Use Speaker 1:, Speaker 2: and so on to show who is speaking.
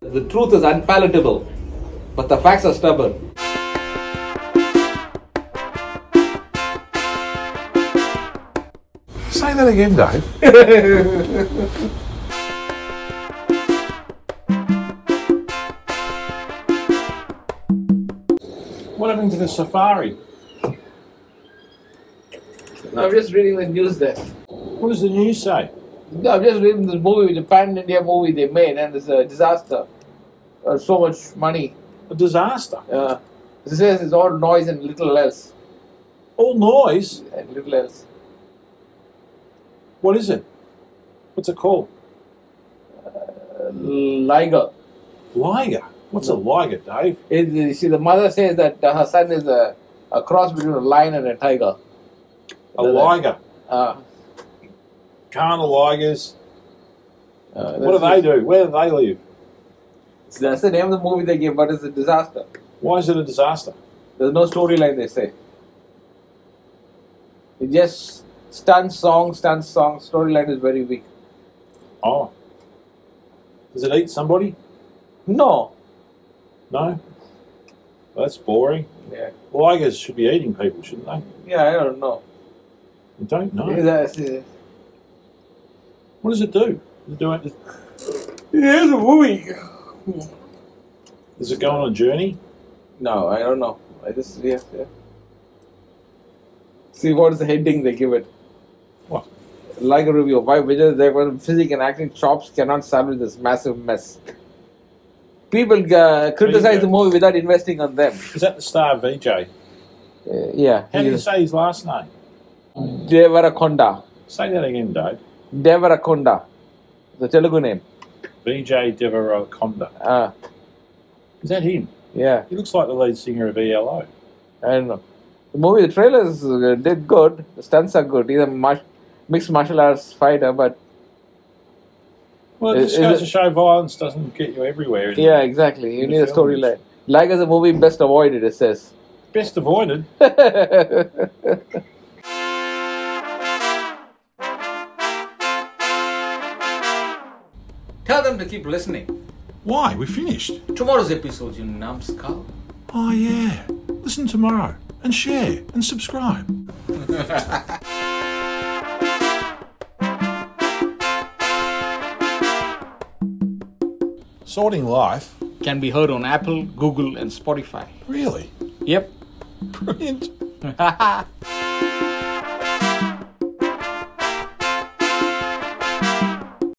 Speaker 1: The truth is unpalatable, but the facts are stubborn.
Speaker 2: Say that er again, Dave.
Speaker 3: What happened to the safari?
Speaker 4: I'm just reading the news there.
Speaker 3: What does the news say?
Speaker 4: No, I'm just reading this movie, the Pan India movie they made, and it's a disaster. Uh, so much money.
Speaker 3: A disaster.
Speaker 4: Uh, it says it's all noise and little else.
Speaker 3: All noise.
Speaker 4: And little else.
Speaker 3: What is it? What's it called?
Speaker 4: Uh, Liger.
Speaker 3: Liger. What's a liger, Dave?
Speaker 4: It, you see, the mother says that uh, her son is a, a cross between a lion and a tiger.
Speaker 3: A
Speaker 4: No, that-
Speaker 3: liger.
Speaker 4: Uh,
Speaker 3: Carnal ligers.
Speaker 4: uh,
Speaker 3: What do they do? Where do they live?
Speaker 4: That's the name of the movie they gave, but it's a disaster.
Speaker 3: Why is it a disaster?
Speaker 4: There's no storyline, they say. It just stunt song, stunt song. Storyline is very weak.
Speaker 3: Oh. Does it eat somebody?
Speaker 4: No.
Speaker 3: No? That's boring.
Speaker 4: Yeah.
Speaker 3: Ligers should be eating people, shouldn't they?
Speaker 4: Yeah, I don't know.
Speaker 3: You don't know.
Speaker 4: That's, uh,
Speaker 3: What does it do? Does it, do it,
Speaker 4: There's a movie.
Speaker 3: does it go on a journey?
Speaker 4: No, I don't know. I just yeah, yeah. See what is the heading they give it.
Speaker 3: What?
Speaker 4: Like a review. Why Vijay Devgan physics and acting chops cannot salvage this massive mess. People uh, criticize the movie without investing on them.
Speaker 3: Is that the star VJ?
Speaker 4: Uh, yeah.
Speaker 3: How do you
Speaker 4: Yes.
Speaker 3: say his last name?
Speaker 4: Devarakonda.
Speaker 3: Say that again, Dave.
Speaker 4: Devarakonda. The Telugu name.
Speaker 3: VJ Devarakonda.
Speaker 4: Uh,
Speaker 3: Is that him?
Speaker 4: yeah.
Speaker 3: He looks like the lead singer of E ELO.
Speaker 4: I don't know. The movie, the trailers uh, did good. The stunts are good. He's a mar- mixed martial arts fighter, but
Speaker 3: Well,
Speaker 4: Is-
Speaker 3: it just
Speaker 4: is
Speaker 3: goes
Speaker 4: it-
Speaker 3: to show violence doesn't get you everywhere. in-
Speaker 4: yeah, exactly. You
Speaker 3: In
Speaker 4: need
Speaker 3: the
Speaker 4: a
Speaker 3: films.
Speaker 4: storyline. Like as a movie, best avoided. It says.
Speaker 3: Best avoided.
Speaker 1: Tell them to keep listening.
Speaker 2: Why? We finished.
Speaker 1: Tomorrow's episode, you numbskull.
Speaker 2: Oh, yeah. Listen tomorrow and share and subscribe. Sorting life?
Speaker 1: Can be heard on Apple, Google, and Spotify.
Speaker 2: Really?
Speaker 1: Yep.
Speaker 2: Brilliant.